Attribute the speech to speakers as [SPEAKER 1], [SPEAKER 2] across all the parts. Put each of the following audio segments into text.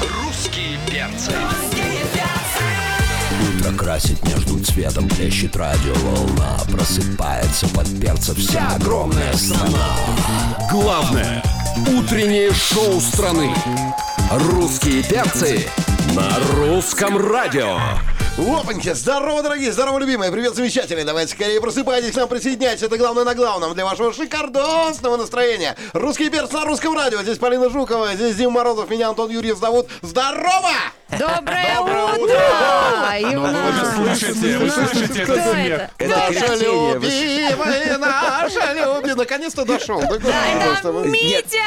[SPEAKER 1] Русские перцы. Утро красит между цветом, плещет радиоволна Просыпается под перца вся огромная страна
[SPEAKER 2] Главное утреннее шоу страны.
[SPEAKER 1] Русские перцы
[SPEAKER 2] На русском радио.
[SPEAKER 3] Опаньки, здорово, дорогие, здорово, любимые, привет, замечательные, давайте скорее просыпайтесь, к нам присоединяйтесь, это главное на главном для вашего шикардосного настроения. Русский перс на русском радио, здесь Полина Жукова, здесь Дима Морозов, меня Антон Юрьев зовут, здорово!
[SPEAKER 4] Доброе утро! И у нас-
[SPEAKER 5] Вы же слышите, вы слышите
[SPEAKER 4] Кто
[SPEAKER 5] этот смех.
[SPEAKER 4] это? Кто
[SPEAKER 3] Наша
[SPEAKER 4] это?
[SPEAKER 3] любимая, наша любимая, наконец-то дошел. Да главное,
[SPEAKER 4] Это
[SPEAKER 3] чтобы-
[SPEAKER 4] Митя!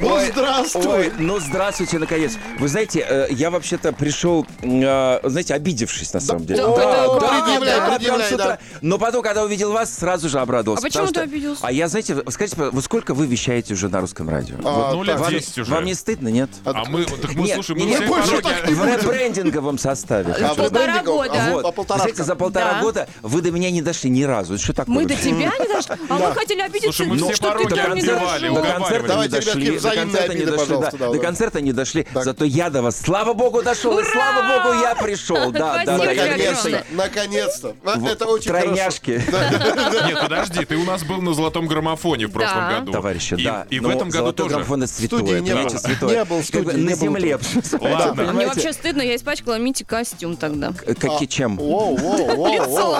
[SPEAKER 3] Ну,
[SPEAKER 6] Ой,
[SPEAKER 3] здравствуй!
[SPEAKER 6] Ой, ну здравствуйте, наконец. Вы знаете, э, я вообще-то пришел, м, э, знаете, обидевшись на самом деле.
[SPEAKER 4] да, да,
[SPEAKER 3] предъявляй,
[SPEAKER 6] прям
[SPEAKER 3] предъявляй,
[SPEAKER 6] с утра.
[SPEAKER 3] да.
[SPEAKER 6] Но потом, когда увидел вас, сразу же обрадовался.
[SPEAKER 4] А почему
[SPEAKER 6] потому
[SPEAKER 4] ты
[SPEAKER 6] что-
[SPEAKER 4] обиделся?
[SPEAKER 6] А я, знаете, скажите, пожалуйста, вот сколько вы вещаете уже на русском радио?
[SPEAKER 3] А,
[SPEAKER 5] Ну, лет
[SPEAKER 3] так,
[SPEAKER 5] 10 уже.
[SPEAKER 6] Вам не стыдно, нет?
[SPEAKER 5] А мы, так мы,
[SPEAKER 6] Нет,
[SPEAKER 5] слушай,
[SPEAKER 6] не-
[SPEAKER 5] мы
[SPEAKER 6] не,
[SPEAKER 5] все
[SPEAKER 3] больше
[SPEAKER 5] дороги-
[SPEAKER 3] так не
[SPEAKER 4] А,
[SPEAKER 6] В ребрендинговом составе.
[SPEAKER 3] а
[SPEAKER 4] полтора
[SPEAKER 3] брендингом,
[SPEAKER 4] года.
[SPEAKER 3] а,
[SPEAKER 6] Вот.
[SPEAKER 3] По полтора.
[SPEAKER 6] Знаете, за полтора
[SPEAKER 4] Да.
[SPEAKER 6] года вы до меня не дошли ни разу. Это Что такое?
[SPEAKER 4] Мы до
[SPEAKER 6] вообще?
[SPEAKER 4] тебя не дошли? А мы хотели обидеться,
[SPEAKER 5] Слушай, мы все
[SPEAKER 4] что ты
[SPEAKER 5] пороги
[SPEAKER 4] там не
[SPEAKER 5] обдевали,
[SPEAKER 4] дошел.
[SPEAKER 6] До концерта не
[SPEAKER 3] Давайте, ребятки,
[SPEAKER 6] дошли, до
[SPEAKER 3] взаимные
[SPEAKER 6] концерта не
[SPEAKER 3] обиды,
[SPEAKER 6] дошли, да.
[SPEAKER 3] пожалуйста, да,
[SPEAKER 6] до
[SPEAKER 3] да.
[SPEAKER 6] концерта не дошли, зато я до вас, слава богу, дошел, и слава богу, я пришел, да, да, да,
[SPEAKER 4] Спасибо,
[SPEAKER 6] я
[SPEAKER 4] Юрий
[SPEAKER 6] конечно,
[SPEAKER 3] Наконец-то,
[SPEAKER 4] Андреевич.
[SPEAKER 3] наконец-то. А, Это
[SPEAKER 6] в-
[SPEAKER 3] очень хорошо.
[SPEAKER 6] тройняшки.
[SPEAKER 5] Нет, подожди, ты у нас был на золотом граммофоне в прошлом
[SPEAKER 4] Да.
[SPEAKER 5] году.
[SPEAKER 6] Товарищи,
[SPEAKER 5] И-
[SPEAKER 6] да.
[SPEAKER 5] И в
[SPEAKER 6] но
[SPEAKER 5] этом году
[SPEAKER 6] «Золотой
[SPEAKER 5] тоже.
[SPEAKER 6] граммофон» это
[SPEAKER 3] Студии
[SPEAKER 6] святое,
[SPEAKER 3] не
[SPEAKER 6] понимаете,
[SPEAKER 3] было.
[SPEAKER 6] святое.
[SPEAKER 3] Не было
[SPEAKER 6] Как
[SPEAKER 3] студии,
[SPEAKER 6] бы
[SPEAKER 3] не
[SPEAKER 6] на
[SPEAKER 3] было
[SPEAKER 6] земле.
[SPEAKER 5] Ладно.
[SPEAKER 6] Да,
[SPEAKER 4] Мне
[SPEAKER 6] понимаете,
[SPEAKER 4] вообще стыдно, я испачкала Мите костюм тогда.
[SPEAKER 6] э, Как и чем?
[SPEAKER 3] Воу, воу, воу, воу.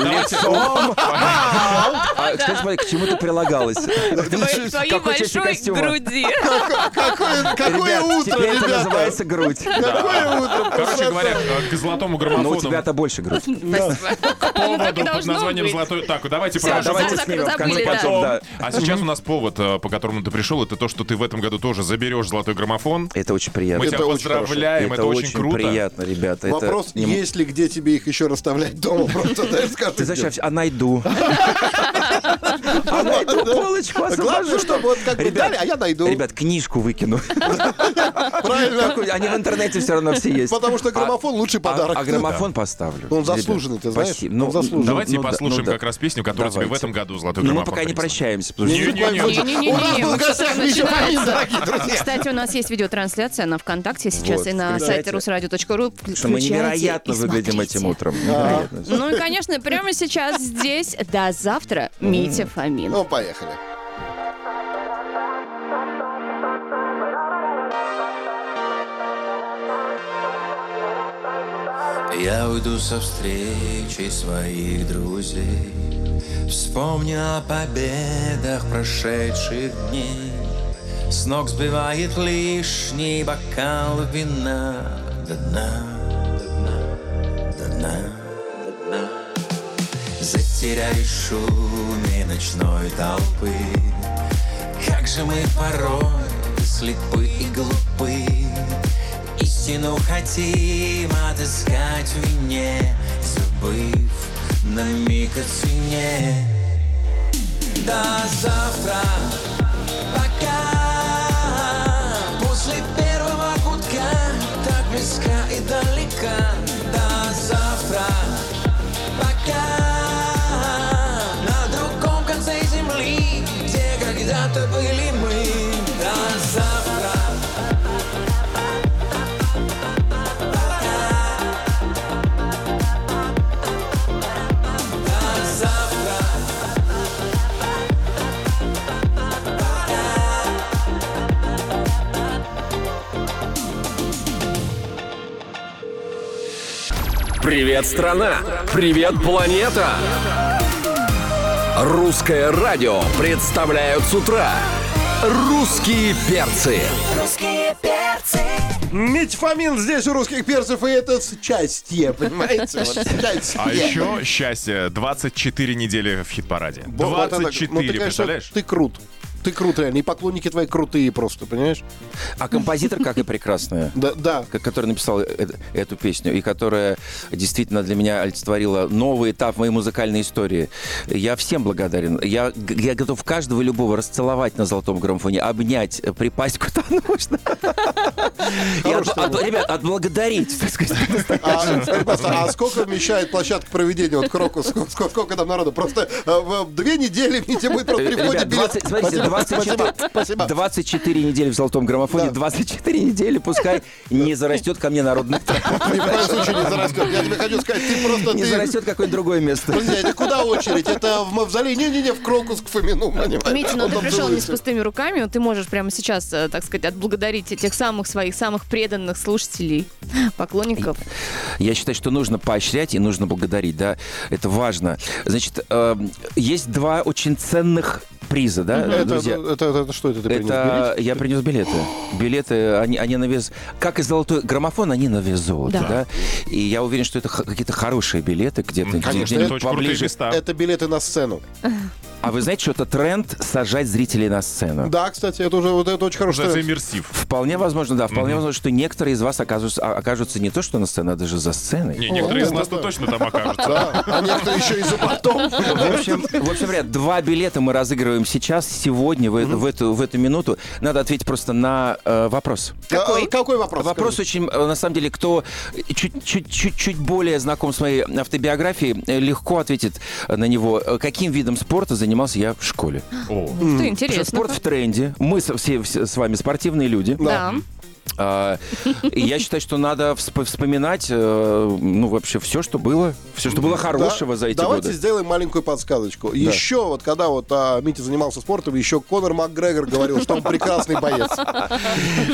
[SPEAKER 6] Лицом. А, Кстати, смотри, к чему ты прилагалась? Ну,
[SPEAKER 4] Твоей твоей
[SPEAKER 6] Какой части
[SPEAKER 4] большой
[SPEAKER 6] костюма?
[SPEAKER 4] груди.
[SPEAKER 3] Какое какое
[SPEAKER 6] Ребят,
[SPEAKER 3] утро,
[SPEAKER 6] теперь это
[SPEAKER 3] ребята!
[SPEAKER 6] называется грудь.
[SPEAKER 3] Какое утро!
[SPEAKER 5] Короче
[SPEAKER 3] просто.
[SPEAKER 5] говоря, э, к золотому
[SPEAKER 6] Но Ну, у
[SPEAKER 5] граммофону
[SPEAKER 6] тебя-то больше грудь.
[SPEAKER 4] Спасибо. Ну, так и
[SPEAKER 5] поводу под
[SPEAKER 4] должно
[SPEAKER 5] названием
[SPEAKER 4] быть.
[SPEAKER 5] «Золотой...» Так, давайте
[SPEAKER 4] Всё,
[SPEAKER 5] про
[SPEAKER 6] Давайте
[SPEAKER 4] Зак-
[SPEAKER 6] снимем в
[SPEAKER 4] забыли,
[SPEAKER 6] конце
[SPEAKER 4] да.
[SPEAKER 6] концов, да.
[SPEAKER 5] А сейчас у нас повод, э, по которому ты пришел, это то, что ты в этом году тоже заберешь золотой граммофон.
[SPEAKER 6] Это очень
[SPEAKER 5] Мы
[SPEAKER 6] приятно.
[SPEAKER 5] тебя
[SPEAKER 3] Это очень
[SPEAKER 5] поздравляем, это очень круто.
[SPEAKER 6] приятно, ребята. Это
[SPEAKER 3] Вопрос,
[SPEAKER 6] не м-
[SPEAKER 3] есть ли где тебе их еще расставлять дома? Просто даже скажи.
[SPEAKER 6] Ты зачем? А найду. А найду полочку
[SPEAKER 3] А Главное,
[SPEAKER 6] освобожу.
[SPEAKER 3] чтобы вот как бы
[SPEAKER 6] Ребят,
[SPEAKER 3] дали, а я найду.
[SPEAKER 6] Ребят, книжку выкину.
[SPEAKER 3] Правильно.
[SPEAKER 6] Какую- Они в интернете все равно все есть.
[SPEAKER 3] Потому что граммофон лучший
[SPEAKER 6] А-
[SPEAKER 3] подарок.
[SPEAKER 6] А граммофон поставлю.
[SPEAKER 3] Он
[SPEAKER 6] Ребят,
[SPEAKER 3] заслуженный, ты знаешь?
[SPEAKER 6] спасибо.
[SPEAKER 3] Он
[SPEAKER 6] Ну,
[SPEAKER 3] заслуженный.
[SPEAKER 6] ну,
[SPEAKER 5] Давайте
[SPEAKER 6] ну да,
[SPEAKER 5] послушаем
[SPEAKER 6] ну да.
[SPEAKER 5] как раз песню, которая тебе в
[SPEAKER 6] Давайте.
[SPEAKER 5] этом году золотой
[SPEAKER 6] Но мы
[SPEAKER 5] граммофон
[SPEAKER 6] пока не
[SPEAKER 5] принесла.
[SPEAKER 6] прощаемся, потому что
[SPEAKER 3] У нас
[SPEAKER 4] Не-не-не-не,
[SPEAKER 3] был в
[SPEAKER 4] вот
[SPEAKER 3] гостях
[SPEAKER 4] сейчас
[SPEAKER 3] Миша Фомин,
[SPEAKER 4] начинается.
[SPEAKER 3] дорогие друзья.
[SPEAKER 4] Кстати, у нас есть видеотрансляция на ВКонтакте сейчас
[SPEAKER 6] Вот,
[SPEAKER 4] и на сайте
[SPEAKER 6] включайте.
[SPEAKER 4] русрадио.ру.
[SPEAKER 6] что мы
[SPEAKER 4] Включайте
[SPEAKER 6] невероятно
[SPEAKER 4] и
[SPEAKER 6] выглядим
[SPEAKER 4] смотрите.
[SPEAKER 6] этим утром. Невероятно.
[SPEAKER 4] Ну и, конечно, прямо сейчас здесь до завтра Митя Фомин.
[SPEAKER 3] Ну, поехали.
[SPEAKER 7] Я уйду со встречи своих друзей Вспомню о победах прошедших дней С ног сбивает лишний бокал вина До дна, до дна, до дна, до дна Затеряюсь в шуме ночной толпы Как же мы порой слепы и глупы Истину хотим отыскать в вине Забыв на миг о цене До завтра, пока После первого гудка Так близка и далека До завтра, пока На другом конце земли, где когда-то были мы До завтра До завтра
[SPEAKER 2] Привет, страна! Привет, планета!
[SPEAKER 1] Русское радио представляют с утра Русские перцы
[SPEAKER 3] Митя Фомин здесь у русских перцев, и это счастье, понимаете? Вот счастье.
[SPEAKER 5] А еще счастье, 24 недели в хит-параде.
[SPEAKER 3] Вот, вот это-
[SPEAKER 5] 24,
[SPEAKER 3] ну, ты, конечно,
[SPEAKER 5] представляешь?
[SPEAKER 3] Ты крут. Ты крут, реально. И поклонники твои крутые просто, понимаешь?
[SPEAKER 6] А композитор, как и прекрасная.
[SPEAKER 3] Да, да.
[SPEAKER 6] к- которая написала э- эту песню, и которая действительно для меня олицетворила новый этап моей музыкальной истории. Я всем благодарен. Я, г- я готов каждого любого расцеловать на золотом граммофоне, обнять, э, припасть куда нужно. И от- от- Ребят, отблагодарить, так сказать.
[SPEAKER 3] А, смотри, просто, а сколько вмещает площадка проведения? Вот Крокус, сколько, сколько там народу? Просто э, в- две недели Митя будет просто
[SPEAKER 6] Э,
[SPEAKER 3] при входе
[SPEAKER 6] Ребят,
[SPEAKER 3] билет
[SPEAKER 6] 20,
[SPEAKER 3] по
[SPEAKER 6] смотрите,
[SPEAKER 3] телефону Спасибо,
[SPEAKER 6] 24,
[SPEAKER 3] спасибо.
[SPEAKER 6] 24 недели в золотом граммофоне, 24 недели, пускай не зарастет ко мне народных трав,
[SPEAKER 3] Ни в коем случае не зарастет. Я тебе хочу сказать, ты просто...
[SPEAKER 6] не
[SPEAKER 3] ты-
[SPEAKER 6] зарастет какое-нибудь другое место.
[SPEAKER 3] Друзья, это куда очередь? Это в мавзолей? Не-не-не, в крокус к Фомину, понимаешь?
[SPEAKER 4] Митя, ну
[SPEAKER 3] Он
[SPEAKER 4] ты
[SPEAKER 3] там
[SPEAKER 4] пришел не с
[SPEAKER 3] целуется.
[SPEAKER 4] пустыми руками, но ты можешь прямо сейчас, э, так сказать, отблагодарить этих самых своих, самых преданных слушателей, поклонников.
[SPEAKER 6] Я считаю, что нужно поощрять и нужно благодарить, да, это важно. Значит, э, есть два очень ценных приза, да,
[SPEAKER 3] Это,
[SPEAKER 6] друзья?
[SPEAKER 3] это, это- это что это ты принес?
[SPEAKER 6] Это
[SPEAKER 3] Билет?
[SPEAKER 6] я принес билеты. Билеты, они, они на вес... Как и золотой граммофон, они на вес золота,
[SPEAKER 4] Да.
[SPEAKER 6] да. И я уверен, что это х- какие-то хорошие билеты где-то.
[SPEAKER 5] Конечно,
[SPEAKER 6] где-нибудь
[SPEAKER 5] это очень крутые
[SPEAKER 6] поближе.
[SPEAKER 5] места.
[SPEAKER 3] Это билеты на сцену.
[SPEAKER 6] А вы знаете, что это тренд сажать зрителей на сцену?
[SPEAKER 3] Да, кстати, это уже вот это очень хороший
[SPEAKER 5] Что за
[SPEAKER 3] тренд.
[SPEAKER 5] иммерсив?
[SPEAKER 6] Вполне возможно, да. Вполне возможно, что некоторые из вас окажутся, а- окажутся не то, что на сцене, а даже за сценой.
[SPEAKER 5] Не, некоторые
[SPEAKER 3] да,
[SPEAKER 5] из нас
[SPEAKER 3] да,
[SPEAKER 5] то
[SPEAKER 3] да.
[SPEAKER 5] точно там окажутся.
[SPEAKER 3] Да, а некоторые еще и за потом.
[SPEAKER 6] В общем, в общем, ребят, два билета мы разыгрываем сейчас, сегодня, в, эту- в эту, в эту минуту. Надо ответить просто на э, вопрос.
[SPEAKER 3] Какой? А, Какой вопрос?
[SPEAKER 6] Вопрос очень, э, на самом деле, кто чуть-чуть более знаком с моей автобиографией, э, легко ответит э, на него, Э, каким видом спорта занимался я в школе.
[SPEAKER 5] О,
[SPEAKER 4] Что
[SPEAKER 6] Потому что
[SPEAKER 4] интересно.
[SPEAKER 6] Спорт в тренде, мы со- все, все с вами спортивные люди.
[SPEAKER 4] Да.
[SPEAKER 6] А, и я считаю, что надо всп- вспоминать, э, ну, вообще все, что было, все, что было
[SPEAKER 3] Да,
[SPEAKER 6] хорошего за эти
[SPEAKER 3] Давайте
[SPEAKER 6] годы.
[SPEAKER 3] сделаем маленькую подсказочку. Еще вот, когда вот а, Митя занимался спортом, еще Конор Макгрегор говорил, что он прекрасный боец.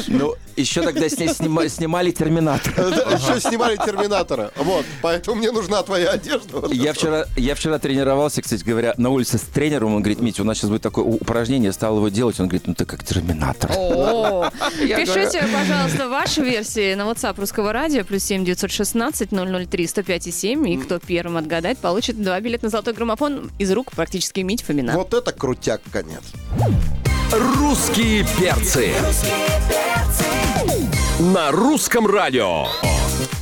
[SPEAKER 6] Ну, еще тогда с ней снима- снимали «Терминатор».
[SPEAKER 3] Э, Да, Еще снимали Терминатора. Вот, поэтому мне нужна твоя одежда. Вот
[SPEAKER 6] Я
[SPEAKER 3] это.
[SPEAKER 6] вчера, я вчера тренировался, кстати говоря, на улице с тренером. Он говорит, Митя, у нас сейчас будет такое у- упражнение. Я стал его делать. Он говорит, ну ты как терминатор.
[SPEAKER 4] О, Пишите, пожалуйста, ваши версии на WhatsApp русского радио плюс 7 916 003 105 7. И кто первым отгадает, получит два билета на золотой граммофон из рук практически Мить Фомина.
[SPEAKER 3] Вот это крутяк, конец.
[SPEAKER 1] Русские перцы.
[SPEAKER 2] На русском радио.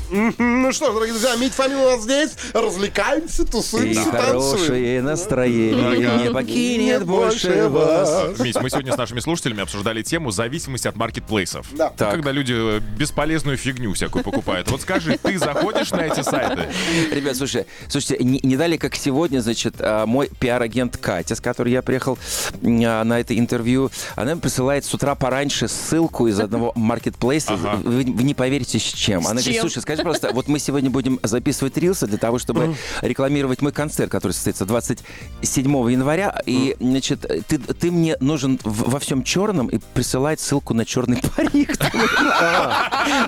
[SPEAKER 3] Ну что ж, дорогие друзья, Мить Фомин у нас здесь. Развлекаемся,
[SPEAKER 6] И
[SPEAKER 3] тусуемся, танцуем.
[SPEAKER 6] хорошее настроение не покинет больше вас.
[SPEAKER 5] Мить, мы сегодня с нашими слушателями обсуждали тему зависимости от маркетплейсов.
[SPEAKER 3] Да.
[SPEAKER 5] Ну, Когда люди э, бесполезную фигню всякую покупают. Вот скажи, ты заходишь на эти сайты?
[SPEAKER 6] Ребят, слушай, слушайте, не, не дали как сегодня, значит, а, мой пиар-агент Катя, с которой я приехал м, а, на это интервью, она мне присылает с утра пораньше ссылку из одного маркетплейса. Вы, вы не поверите, с чем. Она говорит,
[SPEAKER 4] чем?
[SPEAKER 6] слушай, скажи, пожалуйста, вот мы сегодня будем записывать рилсы для того, чтобы рекламировать мой концерт, который состоится 27 января. И, значит, ты, ты мне нужен в- во всем черном и присылает ссылку на черный парик.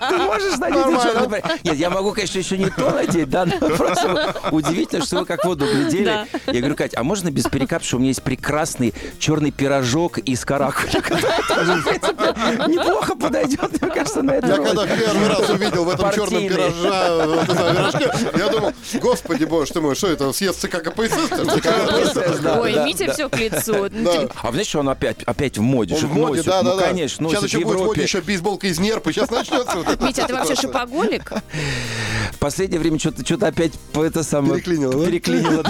[SPEAKER 6] Ты можешь надеть
[SPEAKER 3] Нормально.
[SPEAKER 6] черный парик? Нет, я могу, конечно, еще не то надеть, да, но просто удивительно, что вы как воду глядели.
[SPEAKER 4] Да.
[SPEAKER 6] Я говорю, Кать, а можно без перекап, что у меня есть прекрасный черный пирожок из каракуля, который тоже, в принципе, неплохо подойдет, мне кажется, на
[SPEAKER 3] Я
[SPEAKER 6] это.
[SPEAKER 3] когда в первый раз увидел в этом черном
[SPEAKER 6] Партийный.
[SPEAKER 3] пирожа, э, вот этом пирожке, я думал, господи боже, что мой, что это, съест ЦК КПСС? что ли?
[SPEAKER 4] Ой, Митя все к лицу.
[SPEAKER 3] Да.
[SPEAKER 6] А вы знаете, что он опять, опять в моде?
[SPEAKER 3] Он
[SPEAKER 6] что
[SPEAKER 3] в моде,
[SPEAKER 6] носит?
[SPEAKER 3] да, да,
[SPEAKER 6] ну,
[SPEAKER 3] да.
[SPEAKER 6] конечно, носит
[SPEAKER 3] Сейчас еще
[SPEAKER 6] в
[SPEAKER 3] будет в моде
[SPEAKER 6] Европе.
[SPEAKER 3] еще бейсболка из нерпы, сейчас начнется вот это.
[SPEAKER 4] Митя, а ты вообще шопоголик?
[SPEAKER 6] В последнее время что-то что опять по- это самое...
[SPEAKER 3] Переклинило, да?
[SPEAKER 6] Переклинило.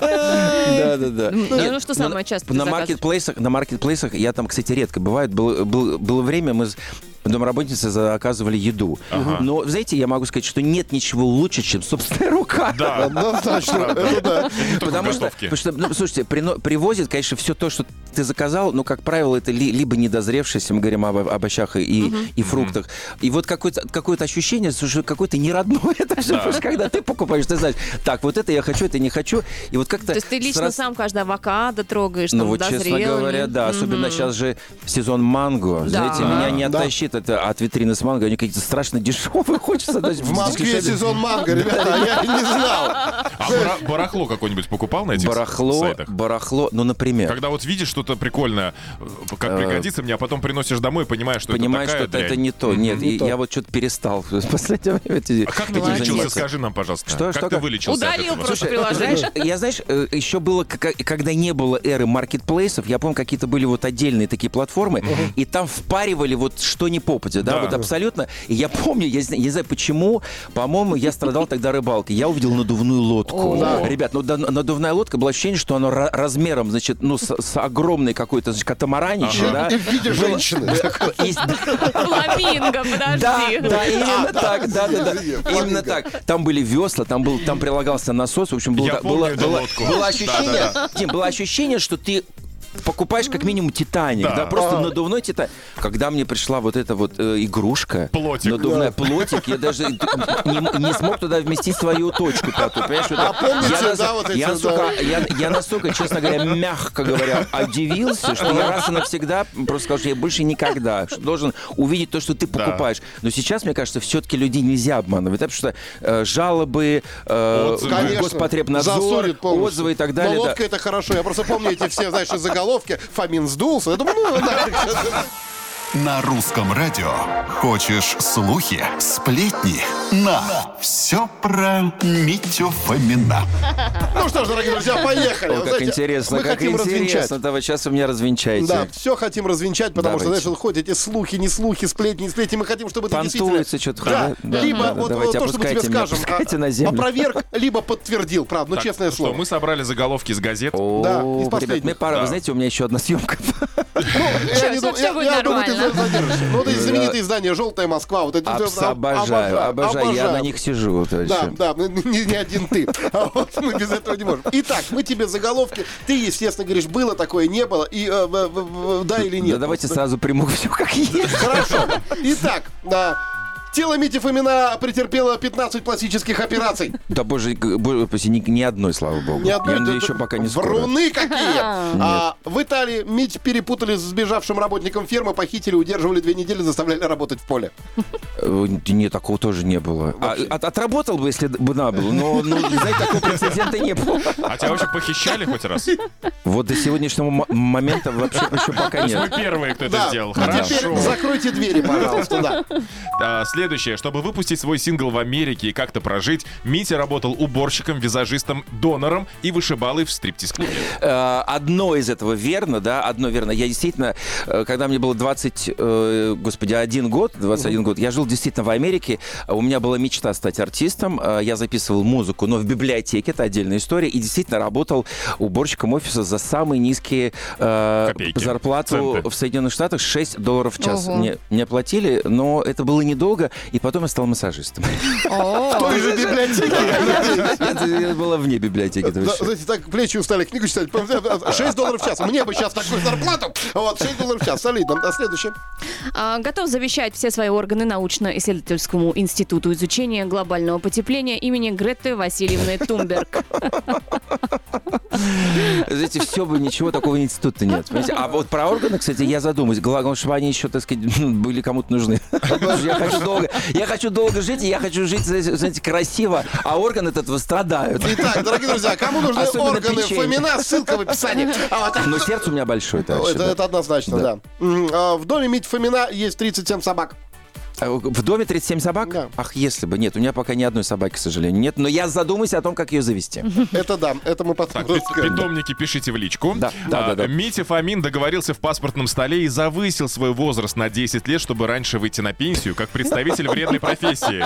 [SPEAKER 6] Да, да, да.
[SPEAKER 4] Ну,
[SPEAKER 6] Нет,
[SPEAKER 4] ну, что
[SPEAKER 6] на-
[SPEAKER 4] самое частое ты
[SPEAKER 6] Типа, На
[SPEAKER 4] заказываешь?
[SPEAKER 6] маркетплейсах, на маркетплейсах я там, кстати, редко бывает. Было, был- было время, мы с домработницы заказывали еду. Но, знаете, я могу сказать, что нет ничего лучше, чем собственная рука.
[SPEAKER 5] Да.
[SPEAKER 3] Однозначно, это да.
[SPEAKER 5] Не только
[SPEAKER 6] Потому что,
[SPEAKER 5] готовки.
[SPEAKER 6] потому что, ну, слушайте, прино- привозят, конечно, все то, что ты заказал, но, как правило, это ли- либо недозревшее, если мы говорим об об овощах и, и- и фруктах. И вот какое-то какое ощущение, что какое-то неродное это все, потому что когда ты покупаешь, ты знаешь, так, вот это я хочу, это не хочу. И вот как-то...
[SPEAKER 4] То есть ты лично
[SPEAKER 6] сразу-
[SPEAKER 4] сам каждый авокадо трогаешь,
[SPEAKER 6] ну
[SPEAKER 4] там,
[SPEAKER 6] вот, честно
[SPEAKER 4] дозрелыми.
[SPEAKER 6] говоря, да, особенно сейчас же сезон манго. Знаете, меня не оттащит это от витрины с манго, они какие-то страшно дешевые, хочется. даже
[SPEAKER 3] В Москве сезон манго, ребята, а я и не знал.
[SPEAKER 5] А бара- барахло какое-нибудь покупал на этих
[SPEAKER 6] Барахло,
[SPEAKER 5] сайтах?
[SPEAKER 6] барахло, ну, например.
[SPEAKER 5] Когда вот видишь что-то прикольное, э, как пригодится мне, а потом приносишь домой и понимаешь, что
[SPEAKER 6] понимаешь,
[SPEAKER 5] это такая
[SPEAKER 6] что это,
[SPEAKER 5] дрянь.
[SPEAKER 6] это не то. Нет, и я вот что-то перестал в последнее время. эти-
[SPEAKER 5] А как ты
[SPEAKER 6] этим
[SPEAKER 5] вылечился,
[SPEAKER 6] заниматься.
[SPEAKER 5] скажи нам, пожалуйста.
[SPEAKER 6] Что-
[SPEAKER 5] как
[SPEAKER 6] что
[SPEAKER 5] ты
[SPEAKER 6] как?
[SPEAKER 5] вылечился от
[SPEAKER 4] Удалил
[SPEAKER 5] этого?
[SPEAKER 4] просто приложение.
[SPEAKER 6] Знаешь, я, знаешь, э, еще было, к- когда не было эры маркетплейсов, я помню, какие-то были вот отдельные такие платформы, и там впаривали вот что ни попадя, да,
[SPEAKER 5] Да.
[SPEAKER 6] вот абсолютно. И я помню, я зна- не знаю почему, по-моему, я страдал тогда рыбалкой. Я увидел надувную лодку. Ребят, ну да, надувная лодка, было ощущение, что она ра- размером, значит, ну с, с огромной какой-то, значит, катамаранище, да.
[SPEAKER 3] В виде женщины.
[SPEAKER 6] Есть-
[SPEAKER 4] Фламинго,
[SPEAKER 6] Да,
[SPEAKER 4] подожди.
[SPEAKER 6] да, именно так, да, да, да. Именно так. Там были весла, там был, там прилагался насос, в общем, было,
[SPEAKER 5] Я
[SPEAKER 6] так-
[SPEAKER 5] помню
[SPEAKER 6] было,
[SPEAKER 5] эту
[SPEAKER 6] было-
[SPEAKER 5] лодку.
[SPEAKER 6] было ощущение, Тим, было ощущение, что ты покупаешь как минимум Титаник, да,
[SPEAKER 5] Да.
[SPEAKER 3] А.
[SPEAKER 6] просто надувной Титаник. Когда мне пришла вот эта вот э, игрушка,
[SPEAKER 5] Плотик.
[SPEAKER 6] надувная плотик, я даже не, не смог туда вместить свою точку тату, понимаешь? вот
[SPEAKER 3] А
[SPEAKER 6] так.
[SPEAKER 3] помните,
[SPEAKER 6] я, нас-
[SPEAKER 3] да, вот эти,
[SPEAKER 6] я,
[SPEAKER 3] да.
[SPEAKER 6] настолько, я, я настолько, честно говоря, мягко говоря, удивился, что я раз и навсегда просто скажу, что я больше никогда что должен увидеть то, что ты покупаешь. Но сейчас, мне кажется, все-таки людей нельзя обманывать, да, потому что э, жалобы, э,
[SPEAKER 5] Отзывы.
[SPEAKER 3] Конечно.
[SPEAKER 6] Госпотребнадзор,
[SPEAKER 3] Засудит полностью.
[SPEAKER 6] отзывы и так далее.
[SPEAKER 3] Но
[SPEAKER 6] да.
[SPEAKER 3] лодка это хорошо. Я просто помню эти все, знаешь, заголовки. Фомин сдулся. Я думаю, ну, нафиг.
[SPEAKER 8] На русском радио хочешь слухи, сплетни на все про Митю Фомина.
[SPEAKER 3] Ну что ж, дорогие друзья, поехали.
[SPEAKER 6] О,
[SPEAKER 3] Вы
[SPEAKER 6] как
[SPEAKER 3] знаете,
[SPEAKER 6] интересно,
[SPEAKER 3] мы
[SPEAKER 6] как
[SPEAKER 3] хотим развенчать.
[SPEAKER 6] интересно. Да, вот сейчас вы меня развенчаете.
[SPEAKER 3] Да, все хотим развенчать, потому что,
[SPEAKER 6] Давайте.
[SPEAKER 3] знаешь, вот ходят эти слухи, не слухи, сплетни, не сплетни. Мы хотим, чтобы это действительно...
[SPEAKER 6] Понтуется что-то.
[SPEAKER 3] Да, либо вот
[SPEAKER 6] давайте,
[SPEAKER 3] вот то, что мы тебе
[SPEAKER 6] опускайте меня,
[SPEAKER 3] скажем,
[SPEAKER 6] опускайте
[SPEAKER 3] а,
[SPEAKER 6] на землю.
[SPEAKER 3] опроверг, либо подтвердил, правда, ну
[SPEAKER 5] Так,
[SPEAKER 3] честное
[SPEAKER 5] что,
[SPEAKER 3] слово.
[SPEAKER 5] мы собрали заголовки из газет.
[SPEAKER 6] О,
[SPEAKER 3] Да, из
[SPEAKER 6] ребят,
[SPEAKER 3] последних.
[SPEAKER 6] мне пора. Вы
[SPEAKER 5] Да.
[SPEAKER 6] знаете, у меня еще одна съемка.
[SPEAKER 3] Я, не
[SPEAKER 4] Всё,
[SPEAKER 3] дум-
[SPEAKER 4] всё
[SPEAKER 3] я-
[SPEAKER 4] будет
[SPEAKER 3] я думаю, ты
[SPEAKER 4] нормально.
[SPEAKER 3] задержишься. Ну, вот эти знаменитые издания «Желтая Москва», вот эти...
[SPEAKER 6] Абс- Обожаю, обожаю. Я на них сижу, товарищи.
[SPEAKER 3] Да, да, ну, не, не один ты. А вот мы без этого не можем. Итак, мы тебе заголовки. Ты, естественно, говоришь, было такое, не было, и э, в- в- в- да или нет.
[SPEAKER 6] Да давайте сразу приму все как есть.
[SPEAKER 3] Хорошо. Итак, да. Тело Мити Фомина претерпело 15 пластических операций.
[SPEAKER 6] Да боже, г- боже упаси, ни, ни одной, слава богу.
[SPEAKER 3] Ни одной-
[SPEAKER 6] Я надеюсь,
[SPEAKER 3] это-
[SPEAKER 6] еще пока не скоро.
[SPEAKER 3] Вруны какие! А, в Италии Мить перепутали с сбежавшим работником фермы, похитили, удерживали две недели, заставляли работать в поле.
[SPEAKER 6] Э, Нет, такого тоже не было. А, от- отработал бы, если бы надо было, но, ну, знаете, такого прецедента не было.
[SPEAKER 5] А тебя вообще похищали хоть раз?
[SPEAKER 6] Вот до сегодняшнего мо- момента вообще еще пока
[SPEAKER 5] Вы
[SPEAKER 6] нет.
[SPEAKER 5] первые, кто это сделал.
[SPEAKER 3] а теперь
[SPEAKER 5] Хорошо.
[SPEAKER 3] закройте двери, пожалуйста, да.
[SPEAKER 5] А, Следующее. Чтобы выпустить свой сингл в Америке и как-то прожить, Митя работал уборщиком, визажистом, донором и вышибалой в стриптиз-клубе.
[SPEAKER 6] Э, одно из этого верно, да, одно верно. Я действительно, э, когда мне было 20, э, господи, один год, 21 год, я жил действительно в Америке. Э, У меня была мечта стать артистом. Э, Я записывал музыку, но в библиотеке, это отдельная история, и действительно работал уборщиком офиса за самые низкие э,
[SPEAKER 5] Копейки,
[SPEAKER 6] зарплату
[SPEAKER 5] центы.
[SPEAKER 6] в Соединенных Штатах 6 долларов в час.
[SPEAKER 4] Ого.
[SPEAKER 6] Мне, мне платили, но это было недолго, и потом я стал массажистом.
[SPEAKER 4] О,
[SPEAKER 3] Той же библиотеке.
[SPEAKER 6] Это было вне библиотеки.
[SPEAKER 3] Да,
[SPEAKER 6] товарищи.
[SPEAKER 3] знаете, так плечи устали книгу читать. 6 долларов в час. Мне бы сейчас такую зарплату. Вот, 6 долларов в час. Солидно. А следующее.
[SPEAKER 4] а, Готов завещать все свои органы научно-исследовательскому институту изучения глобального потепления имени Греты Васильевны Тумберг.
[SPEAKER 6] Знаете, все бы ничего такого института нет. понимаете? А вот про органы, кстати, я задумаюсь. Главное, чтобы они еще, так сказать, ну, были кому-то нужны. Потому что Я хочу долго, я хочу долго жить, и я хочу жить, знаете, знаете, красиво, а органы от этого страдают.
[SPEAKER 3] Итак, дорогие друзья, кому нужны
[SPEAKER 6] Особенно
[SPEAKER 3] органы
[SPEAKER 6] печень.
[SPEAKER 3] Фомина, ссылка в описании. А вот-
[SPEAKER 6] Но Ну, сердце у меня большое, товарищи,
[SPEAKER 3] Это,
[SPEAKER 6] да.
[SPEAKER 3] это однозначно, да. М, а В доме Мити Фомина есть 37 собак.
[SPEAKER 6] А В доме 37 собак?
[SPEAKER 3] Да.
[SPEAKER 6] Ах, если бы. Нет, у меня пока ни одной собаки, к сожалению, нет. Но я задумаюсь о том, как ее завести.
[SPEAKER 3] Это да, это мы потом
[SPEAKER 5] Так, пи-
[SPEAKER 3] расскажем.
[SPEAKER 5] питомники пишите в личку.
[SPEAKER 6] Да, да,
[SPEAKER 5] А,
[SPEAKER 6] да, да.
[SPEAKER 5] Митя Фомин договорился в паспортном столе и завысил свой возраст на 10 лет, чтобы раньше выйти на пенсию, как представитель вредной профессии.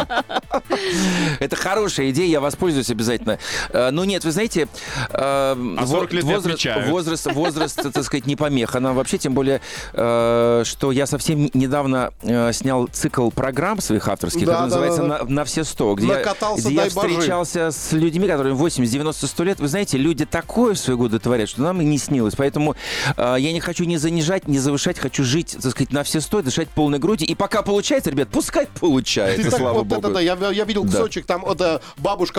[SPEAKER 6] Это хорошая идея, я воспользуюсь обязательно. Э, Ну нет, вы знаете, э, во-
[SPEAKER 5] 40 А лет не
[SPEAKER 6] возраст,
[SPEAKER 5] отмечают.
[SPEAKER 6] возраст, возраст, э, так сказать, не помеха нам вообще, тем более, э, что я совсем не- недавно э, снял цикл программ своих авторских,
[SPEAKER 3] Да,
[SPEAKER 6] который
[SPEAKER 3] да,
[SPEAKER 6] называется
[SPEAKER 3] да,
[SPEAKER 6] «На- «На все сто», где, я-
[SPEAKER 3] Накатался,
[SPEAKER 6] где я
[SPEAKER 3] дай божи.
[SPEAKER 6] встречался с людьми, которым 80-90-100 лет. Вы знаете, люди такое в свои годы творят, что нам и не снилось. Поэтому э, я не хочу ни занижать, ни завышать, хочу жить, так сказать, на все сто, дышать полной груди. И пока получается, ребят, пускай
[SPEAKER 3] Ты
[SPEAKER 6] получается,
[SPEAKER 3] так
[SPEAKER 6] слава
[SPEAKER 3] вот
[SPEAKER 6] богу.
[SPEAKER 3] это да, я, я видел
[SPEAKER 6] Да.
[SPEAKER 3] кусочек там, это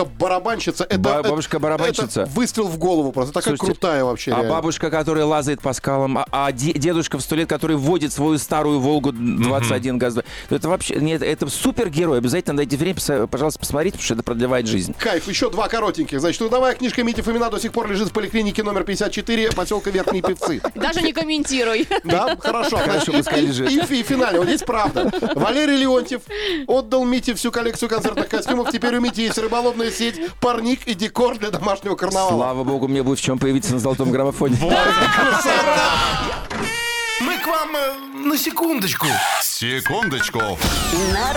[SPEAKER 3] бабушка-барабанщица. Это,
[SPEAKER 6] Ба-
[SPEAKER 3] это-
[SPEAKER 6] бабушка-барабанщица?
[SPEAKER 3] это выстрел в голову просто. Такая
[SPEAKER 6] Слушайте,
[SPEAKER 3] крутая вообще.
[SPEAKER 6] А
[SPEAKER 3] реально.
[SPEAKER 6] бабушка, которая лазает по скалам, а, а де- дедушка в сто лет, который водит свою старую «Волгу-21» газ. Это вообще, нет, это супергерой. Обязательно дайте время, пос- пожалуйста, посмотрите, потому что это продлевает жизнь.
[SPEAKER 3] Кайф, еще два коротеньких. Значит, трудовая книжка Мити Фомина до сих пор лежит в поликлинике номер 54 поселка Верхние Певцы.
[SPEAKER 4] Даже не комментируй.
[SPEAKER 3] Да, хорошо.
[SPEAKER 6] Хорошо,
[SPEAKER 3] Значит,
[SPEAKER 6] пускай
[SPEAKER 3] и-
[SPEAKER 6] лежит.
[SPEAKER 3] И, и финально, вот здесь правда. Валерий Леонтьев отдал Мите всю коллекцию концертных костюмов. Теперь у Мити есть рыболовная сеть, парник и декор для домашнего карнавала.
[SPEAKER 6] Слава богу, мне будет в чем появиться на золотом граммофоне.
[SPEAKER 8] Мы к вам э, на секундочку. Секундочку.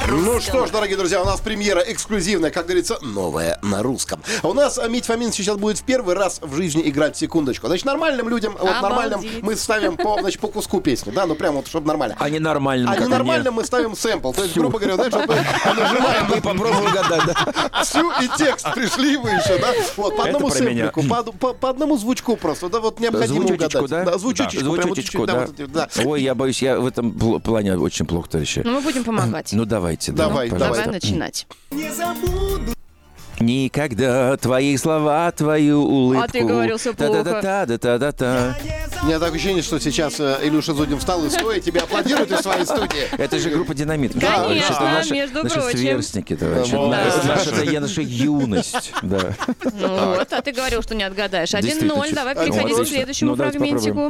[SPEAKER 3] Ну что ж, дорогие друзья, у нас премьера эксклюзивная, как говорится, новая на русском. А у нас э, Мить Фомин сейчас будет в первый раз в жизни играть в секундочку. Значит, нормальным людям, вот
[SPEAKER 4] Обалдеть.
[SPEAKER 3] нормальным мы ставим по, значит, по куску песни, да, ну прям вот, чтобы нормально.
[SPEAKER 6] А не нормально.
[SPEAKER 3] А
[SPEAKER 6] как
[SPEAKER 3] ненормально мы ставим сэмпл. То есть, грубо говоря, знаешь, вот мы нажимаем
[SPEAKER 6] мне. Мы попробуем угадать, да.
[SPEAKER 3] всю и текст пришли вы еще, да? Вот, по
[SPEAKER 6] Это
[SPEAKER 3] одному
[SPEAKER 6] про меня.
[SPEAKER 3] сэмплику, по, по- по одному звучку просто. Да, вот необходимо
[SPEAKER 6] Звучечку,
[SPEAKER 3] угадать.
[SPEAKER 6] да?
[SPEAKER 3] звучечку.
[SPEAKER 6] Да,
[SPEAKER 3] прям вот
[SPEAKER 6] звучечку,
[SPEAKER 3] чуть-чуть, да,
[SPEAKER 6] да.
[SPEAKER 3] вот эти, да.
[SPEAKER 6] Ой, я боюсь, я в этом пл- плане очень плохо, товарищи.
[SPEAKER 4] Ну, мы будем помогать.
[SPEAKER 6] Ну давайте, да,
[SPEAKER 3] Давай,
[SPEAKER 6] пожалуйста.
[SPEAKER 4] Давай начинать.
[SPEAKER 6] Никогда твои слова, твою улыбку.
[SPEAKER 4] А ты говорил, всё
[SPEAKER 6] Та-да-да-та, да-да-да-та.
[SPEAKER 3] У меня такое ощущение, что сейчас э, Илюша Зудин встал и стоя тебе аплодирует из своей студии.
[SPEAKER 6] Это же группа «Динамит».
[SPEAKER 4] Конечно,
[SPEAKER 6] Вообще, это наши,
[SPEAKER 4] между
[SPEAKER 6] наши
[SPEAKER 4] прочим.
[SPEAKER 6] сверстники, товарищи.
[SPEAKER 5] Да,
[SPEAKER 6] Это
[SPEAKER 5] молодцы.
[SPEAKER 6] наша, это наша юность. Да.
[SPEAKER 4] Ну вот, а ты говорил, что не отгадаешь. 1-0,
[SPEAKER 6] Действительно,
[SPEAKER 4] давай
[SPEAKER 6] чё-
[SPEAKER 4] переходи
[SPEAKER 6] Отлично.
[SPEAKER 4] к следующему
[SPEAKER 6] Ну, давайте
[SPEAKER 4] фрагментику.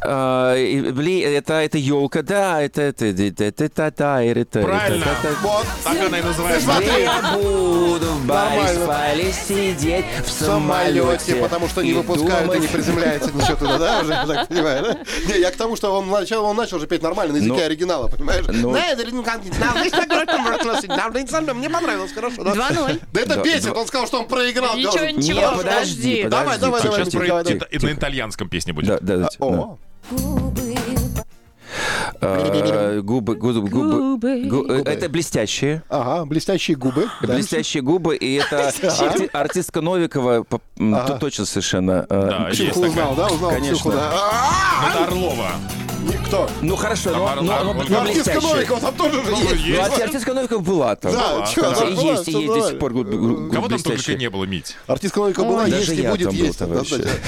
[SPEAKER 6] А, и, блин, это, это елка, да, это, это, это, это, это, это, это,
[SPEAKER 5] Правильно.
[SPEAKER 6] это, это.
[SPEAKER 3] Вот.
[SPEAKER 5] Так она и называется.
[SPEAKER 6] Я буду в
[SPEAKER 3] Нормально.
[SPEAKER 6] Борисполе сидеть в
[SPEAKER 3] в самолете,
[SPEAKER 6] самолете,
[SPEAKER 3] потому что не
[SPEAKER 6] и
[SPEAKER 3] выпускают и
[SPEAKER 6] думать-
[SPEAKER 3] не приземляется ничего туда, да, уже, я так понимаю, да? Не, я к тому, что он начал, он начал же петь нормально, на языке
[SPEAKER 6] Ну.
[SPEAKER 3] оригинала, понимаешь?
[SPEAKER 6] Ну.
[SPEAKER 3] Да, это Ленинград, да, вы что, говорите, брат, слушай, да, блин, сам, мне понравилось, хорошо, да?
[SPEAKER 4] 2-0.
[SPEAKER 3] Да это
[SPEAKER 6] Да,
[SPEAKER 3] песня, он сказал, что он проиграл.
[SPEAKER 4] Ничего,
[SPEAKER 3] должен.
[SPEAKER 4] ничего.
[SPEAKER 6] Не,
[SPEAKER 4] Чего? Подожди.
[SPEAKER 6] подожди, подожди.
[SPEAKER 3] Давай, давай,
[SPEAKER 6] тихо,
[SPEAKER 3] давай,
[SPEAKER 5] Сейчас
[SPEAKER 6] тихо,
[SPEAKER 5] про-
[SPEAKER 3] давай,
[SPEAKER 6] тихо,
[SPEAKER 5] это- это на итальянском песне будет.
[SPEAKER 6] Да, да, да. да.
[SPEAKER 3] О,
[SPEAKER 6] А, Губы, губы, губы.
[SPEAKER 4] Губы.
[SPEAKER 6] гу- э, Это блестящие.
[SPEAKER 3] ага, блестящие губы. Дальше.
[SPEAKER 6] Блестящие губы, и это арти- артистка Новикова, по- м,
[SPEAKER 3] Ага.
[SPEAKER 6] тут точно совершенно. э,
[SPEAKER 5] Да, есть
[SPEAKER 3] Ксюху
[SPEAKER 5] такая.
[SPEAKER 3] узнал, да, узнал
[SPEAKER 6] Конечно.
[SPEAKER 3] Ксюху, да. А,
[SPEAKER 5] Ну, Это Орлова.
[SPEAKER 3] Кто?
[SPEAKER 6] Ну хорошо, но,
[SPEAKER 5] Тамара
[SPEAKER 6] но- но-
[SPEAKER 5] Ларгунова.
[SPEAKER 6] но
[SPEAKER 5] Ну,
[SPEAKER 3] Артистка
[SPEAKER 6] блестящие.
[SPEAKER 3] Новикова там тоже же
[SPEAKER 5] Ну,
[SPEAKER 3] есть.
[SPEAKER 6] Ну,
[SPEAKER 5] есть.
[SPEAKER 6] арти- артистка Новикова была там.
[SPEAKER 3] Да, чё,
[SPEAKER 6] Да,
[SPEAKER 3] она
[SPEAKER 6] и
[SPEAKER 3] была,
[SPEAKER 6] есть, и
[SPEAKER 3] что
[SPEAKER 6] есть до сих
[SPEAKER 3] давай.
[SPEAKER 6] пор гу- гу-
[SPEAKER 5] Кого там только
[SPEAKER 6] блестящие.
[SPEAKER 5] не было, Мить?
[SPEAKER 3] Артистка Новикова была,
[SPEAKER 6] даже
[SPEAKER 3] есть и
[SPEAKER 6] я
[SPEAKER 3] будет
[SPEAKER 6] там был,
[SPEAKER 3] есть.
[SPEAKER 6] товарищи.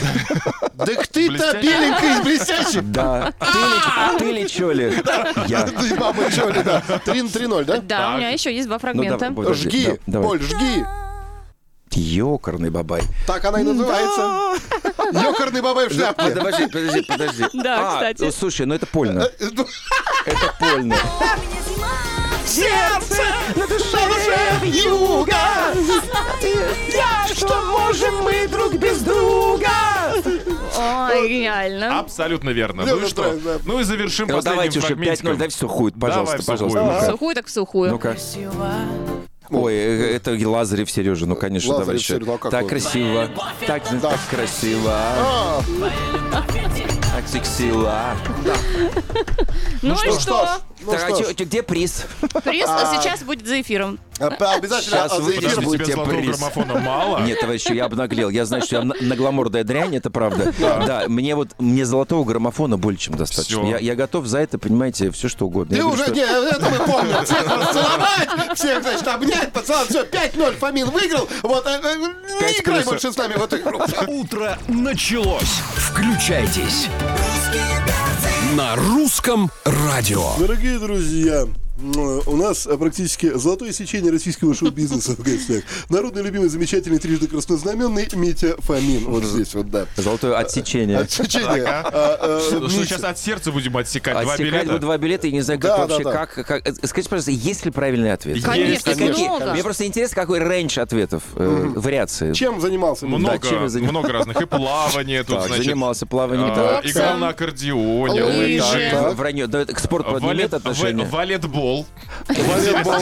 [SPEAKER 3] Да ты-то
[SPEAKER 5] Блестящий.
[SPEAKER 3] беленькая из блестящих.
[SPEAKER 6] Да. Ты ли- а Ты ли чё ли? Я.
[SPEAKER 3] Ты баба чё ли, да? 3-0, да?
[SPEAKER 4] Да, у меня еще есть два
[SPEAKER 6] Ну, да,
[SPEAKER 4] фрагмента.
[SPEAKER 6] подожди, да,
[SPEAKER 3] Жги,
[SPEAKER 6] давай.
[SPEAKER 3] Поль, жги.
[SPEAKER 6] Ёкарный бабай.
[SPEAKER 3] Так она и называется. Ёкарный бабай в
[SPEAKER 6] А,
[SPEAKER 3] шляпке.
[SPEAKER 6] Подожди, подожди, подожди.
[SPEAKER 4] Да,
[SPEAKER 6] А,
[SPEAKER 4] кстати.
[SPEAKER 6] ну, Слушай, ну это больно. Это больно.
[SPEAKER 4] Ой, гениально.
[SPEAKER 5] Абсолютно верно.
[SPEAKER 3] Да,
[SPEAKER 5] Ну
[SPEAKER 3] да,
[SPEAKER 5] и что?
[SPEAKER 3] да, да.
[SPEAKER 5] Ну и завершим
[SPEAKER 6] Ну
[SPEAKER 5] последним
[SPEAKER 6] давайте уже 5-0,
[SPEAKER 5] фрагментиком.
[SPEAKER 6] давай все хует,
[SPEAKER 5] Давай
[SPEAKER 6] пожалуйста,
[SPEAKER 5] в сухую.
[SPEAKER 4] В
[SPEAKER 6] пожалуйста.
[SPEAKER 4] сухую так в
[SPEAKER 6] Ну
[SPEAKER 4] сухую.
[SPEAKER 6] как? Ой, э, это Лазарев Сережа, ну конечно,
[SPEAKER 3] Лазарев
[SPEAKER 6] товарищи.
[SPEAKER 3] Серёжа, ну, а как
[SPEAKER 6] так
[SPEAKER 3] вы?
[SPEAKER 6] красиво, так, так красиво,
[SPEAKER 3] А.
[SPEAKER 6] так сексила.
[SPEAKER 4] Ну и что?
[SPEAKER 3] ну
[SPEAKER 6] так, а
[SPEAKER 3] что
[SPEAKER 6] чё-
[SPEAKER 3] ж.
[SPEAKER 6] чё, где приз?
[SPEAKER 4] Приз сейчас будет за эфиром.
[SPEAKER 3] А, Обязательно
[SPEAKER 6] Сейчас
[SPEAKER 3] а, за
[SPEAKER 6] вы-
[SPEAKER 3] эфир будет.
[SPEAKER 5] Подожди,
[SPEAKER 6] будет
[SPEAKER 5] тебе
[SPEAKER 6] тебе
[SPEAKER 5] золотого
[SPEAKER 6] приз.
[SPEAKER 5] граммофона мало?
[SPEAKER 6] Нет, товарищи, я обнаглел. Я знаю, что я на- нагломордая дрянь, это правда. Да, мне вот, мне золотого граммофона более чем достаточно.
[SPEAKER 5] Всё.
[SPEAKER 6] Я- Я готов за это, понимаете, все что угодно.
[SPEAKER 3] Ты
[SPEAKER 6] Я говорю,
[SPEAKER 3] уже,
[SPEAKER 6] что-
[SPEAKER 3] не, это мы помним. Всех расцеловать, всех, значит, обнять, пацан. Все, 5-0, Фомин выиграл. Вот, э, э, не
[SPEAKER 6] Пять
[SPEAKER 3] играй
[SPEAKER 6] плюсов.
[SPEAKER 3] больше с нами э, в эту игру.
[SPEAKER 2] Утро
[SPEAKER 1] Началось. Включайтесь. На русском радио.
[SPEAKER 9] Дорогие друзья, м, у нас э, практически золотое сечение российского шоу-бизнеса в гостях. Народный любимый, замечательный, трижды краснознаменный Митя Фомин. Вот здесь вот, да.
[SPEAKER 6] Золотое отсечение.
[SPEAKER 3] Отсечение. А, э,
[SPEAKER 5] ну, Что
[SPEAKER 3] Митя.
[SPEAKER 5] сейчас от сердца будем отсекать? Два
[SPEAKER 6] Отсекать бы
[SPEAKER 5] билета?
[SPEAKER 6] два билета, и не знаю, как
[SPEAKER 3] Да, да,
[SPEAKER 6] вообще,
[SPEAKER 3] да.
[SPEAKER 6] как, как- э, Скажите, пожалуйста, есть ли правильный ответ?
[SPEAKER 5] Есть,
[SPEAKER 4] Конечно,
[SPEAKER 5] конечно.
[SPEAKER 4] много.
[SPEAKER 6] Мне просто интересно, какой рейндж ответов, э, вариации.
[SPEAKER 9] Чем занимался Митя?
[SPEAKER 5] Много,
[SPEAKER 6] Да, чем я занимаюсь?
[SPEAKER 5] много разных. И плавание тут,
[SPEAKER 6] Так,
[SPEAKER 5] значит.
[SPEAKER 6] занимался
[SPEAKER 5] а,
[SPEAKER 6] плаванием. так.
[SPEAKER 5] играл на аккордеоне,
[SPEAKER 4] Лыжи.
[SPEAKER 5] лыжи.
[SPEAKER 6] Да, Вранье. Да, это к спорту
[SPEAKER 5] Валет-
[SPEAKER 6] нет
[SPEAKER 5] ва-
[SPEAKER 6] отношения.
[SPEAKER 5] Валетбол.
[SPEAKER 3] Волейбол.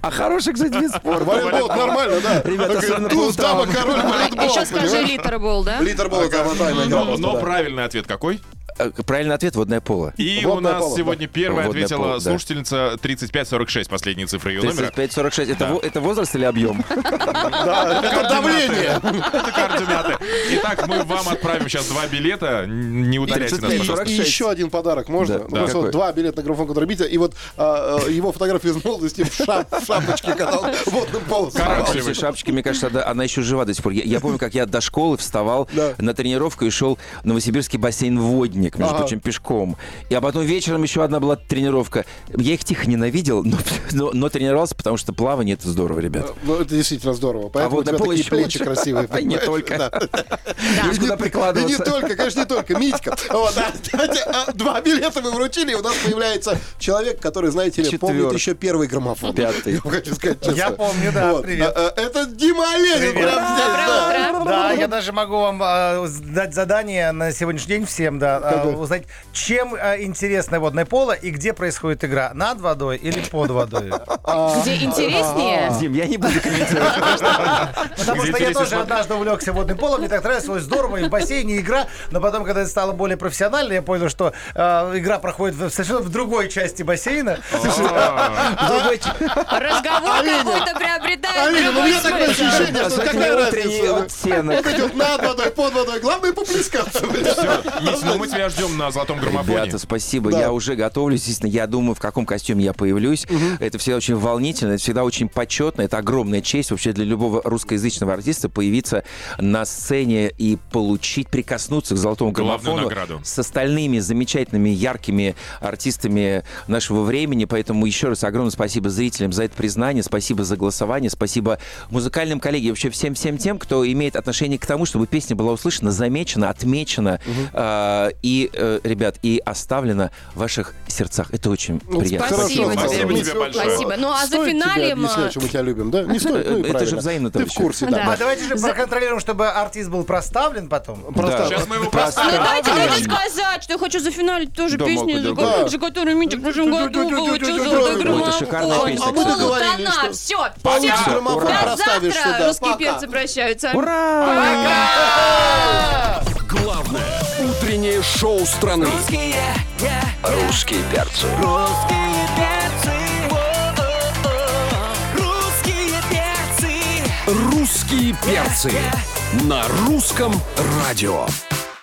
[SPEAKER 6] А хороший, кстати, вид спорта.
[SPEAKER 3] Волейбол, нормально, да. э,
[SPEAKER 6] Ребята, особенно по
[SPEAKER 3] Туз,
[SPEAKER 6] утрам.
[SPEAKER 3] дама, король,
[SPEAKER 5] А,
[SPEAKER 3] волейбол.
[SPEAKER 4] Еще скажи литербол, да?
[SPEAKER 3] Литербол, да, вот так играл
[SPEAKER 5] Но,
[SPEAKER 3] просто,
[SPEAKER 5] но
[SPEAKER 3] да.
[SPEAKER 5] правильный ответ какой?
[SPEAKER 6] Э, Правильный ответ – водное поло.
[SPEAKER 5] И у
[SPEAKER 3] Водное
[SPEAKER 5] нас
[SPEAKER 3] поло,
[SPEAKER 5] сегодня первая
[SPEAKER 6] Водное
[SPEAKER 5] ответила
[SPEAKER 6] поло, да.
[SPEAKER 5] слушательница 3546, последние цифры ее номера.
[SPEAKER 6] 35-46. Это, во- это возраст или объем?
[SPEAKER 3] Это давление.
[SPEAKER 5] Это координаты. Итак, мы вам отправим сейчас два билета. Н- Не ударяйте нас,
[SPEAKER 6] 35-46.
[SPEAKER 5] пожалуйста.
[SPEAKER 3] И еще один подарок можно?
[SPEAKER 6] Да,
[SPEAKER 3] Ну,
[SPEAKER 6] да.
[SPEAKER 3] просто вот
[SPEAKER 6] Какой?
[SPEAKER 3] два билета на граммофон Контрабита, и вот а, э, его фотографию из молодости в, шап- в шапочке катал водным полосом.
[SPEAKER 5] Кара-
[SPEAKER 6] Слушай, шапочки, мне кажется, да, она еще жива до сих пор. Я, я помню, как я до школы вставал
[SPEAKER 3] Да.
[SPEAKER 6] на тренировку и шел в Новосибирский бассейн-водник, между прочим, пешком. И а потом вечером еще одна была тренировка. Я их тихо ненавидел, но, но- но тренировался, потому что плавание — это здорово, ребят.
[SPEAKER 3] Ну, это действительно здорово. Поэтому у
[SPEAKER 6] водное
[SPEAKER 3] тебя
[SPEAKER 6] поло
[SPEAKER 3] такие
[SPEAKER 6] А еще
[SPEAKER 3] плечи
[SPEAKER 6] лучше. А
[SPEAKER 3] красивые.
[SPEAKER 6] И не
[SPEAKER 3] понимаешь?
[SPEAKER 6] только.
[SPEAKER 3] Да.
[SPEAKER 6] Есть куда
[SPEAKER 3] И не
[SPEAKER 6] прикладываться.
[SPEAKER 3] только, конечно, не только. Митька. Вот, а, кстати, а, два билета мы вручили, и у нас появляется человек, который, знаете ли, помнит
[SPEAKER 6] Четвертый.
[SPEAKER 3] еще первый граммофон.
[SPEAKER 6] Пятый.
[SPEAKER 3] Я вам хочу сказать честно.
[SPEAKER 10] Я помню, да,
[SPEAKER 3] Вот.
[SPEAKER 10] привет.
[SPEAKER 3] А, а, Это Дима Оленин.
[SPEAKER 10] Привет.
[SPEAKER 3] прямо здесь, да.
[SPEAKER 4] Доброе утро.
[SPEAKER 10] Да, я даже могу вам а, дать задание на сегодняшний день всем, да. э, узнать, чем э, интересно водное поло и где происходит игра, над водой или под водой.
[SPEAKER 4] Где интереснее?
[SPEAKER 6] Дим, я не буду комментировать.
[SPEAKER 10] Потому
[SPEAKER 5] Где
[SPEAKER 10] что я
[SPEAKER 5] интересно
[SPEAKER 10] тоже
[SPEAKER 5] смотреть.
[SPEAKER 10] однажды увлекся водным полом, мне так нравилось, ой, здорово, и в бассейне игра. Но потом, когда это стало более профессионально, я понял, что э, игра проходит в- совершенно в другой части бассейна.
[SPEAKER 5] А,
[SPEAKER 4] Разговор
[SPEAKER 3] Алина,
[SPEAKER 4] какой-то приобретает
[SPEAKER 3] Алина, ну у
[SPEAKER 4] другой
[SPEAKER 3] меня такое
[SPEAKER 4] смысл.
[SPEAKER 3] ощущение, что какая
[SPEAKER 6] Внутренний
[SPEAKER 3] разница?
[SPEAKER 6] оттенок.
[SPEAKER 3] Вот эти вот над водой, под водой. Главное поплескаться. блядь.
[SPEAKER 5] Есть, ну мы тебя ждем на золотом граммофоне.
[SPEAKER 6] Ребята, спасибо. Я уже готовлюсь. Естественно, я думаю, в каком костюме я появлюсь. Это всегда очень волнительно, это всегда очень почетно. Это огромная честь вообще для любого русскоязычного артиста появиться на сцене и получить, прикоснуться к золотому
[SPEAKER 5] Главную
[SPEAKER 6] граммофону
[SPEAKER 5] награду.
[SPEAKER 6] с остальными замечательными, яркими артистами нашего времени. Поэтому еще раз огромное спасибо зрителям за это признание, спасибо за голосование, спасибо музыкальным коллегам, и вообще всем-всем тем, кто имеет отношение к тому, чтобы песня была услышана, замечена, отмечена э, и, э, ребят, и оставлена в ваших сердцах. Это очень
[SPEAKER 3] Ну,
[SPEAKER 6] приятно.
[SPEAKER 4] Спасибо тебе.
[SPEAKER 5] Спасибо тебе
[SPEAKER 9] Всё,
[SPEAKER 5] большое.
[SPEAKER 4] Спасибо. Ну, а за
[SPEAKER 9] Стоит тебе
[SPEAKER 4] финалем, а-
[SPEAKER 9] объяснять, что мы тебя любим, да? Не стоит, ну и
[SPEAKER 6] Это же
[SPEAKER 9] правильно.
[SPEAKER 6] взаимно,
[SPEAKER 9] Ты в
[SPEAKER 6] товарищи.
[SPEAKER 9] курсе, да.
[SPEAKER 10] А давайте же проконтролируем, чтобы артист был проставлен потом.
[SPEAKER 9] Просто
[SPEAKER 5] Сейчас мы его поставим.
[SPEAKER 4] Дайте мне Ну, сказать, что я хочу зафиналить тоже
[SPEAKER 6] Да,
[SPEAKER 4] песню,
[SPEAKER 6] могу,
[SPEAKER 4] за,
[SPEAKER 6] да.
[SPEAKER 4] ко- за которую Митя в прошлом году получил золотой
[SPEAKER 6] Ой, это
[SPEAKER 4] граммофон.
[SPEAKER 6] шикарная песня,
[SPEAKER 4] А мы
[SPEAKER 6] кстати.
[SPEAKER 4] договорились,
[SPEAKER 3] что-
[SPEAKER 4] что... Все,
[SPEAKER 3] Получишь граммофон,
[SPEAKER 4] До
[SPEAKER 3] проставишь сюда.
[SPEAKER 4] завтра русские
[SPEAKER 3] Пока.
[SPEAKER 4] перцы прощаются.
[SPEAKER 1] Главное утреннее шоу страны.
[SPEAKER 7] Русские, yeah,
[SPEAKER 1] Русские перцы.
[SPEAKER 7] русские перцы. О-о-о. Русские перцы.
[SPEAKER 1] Русские перцы на русском радио.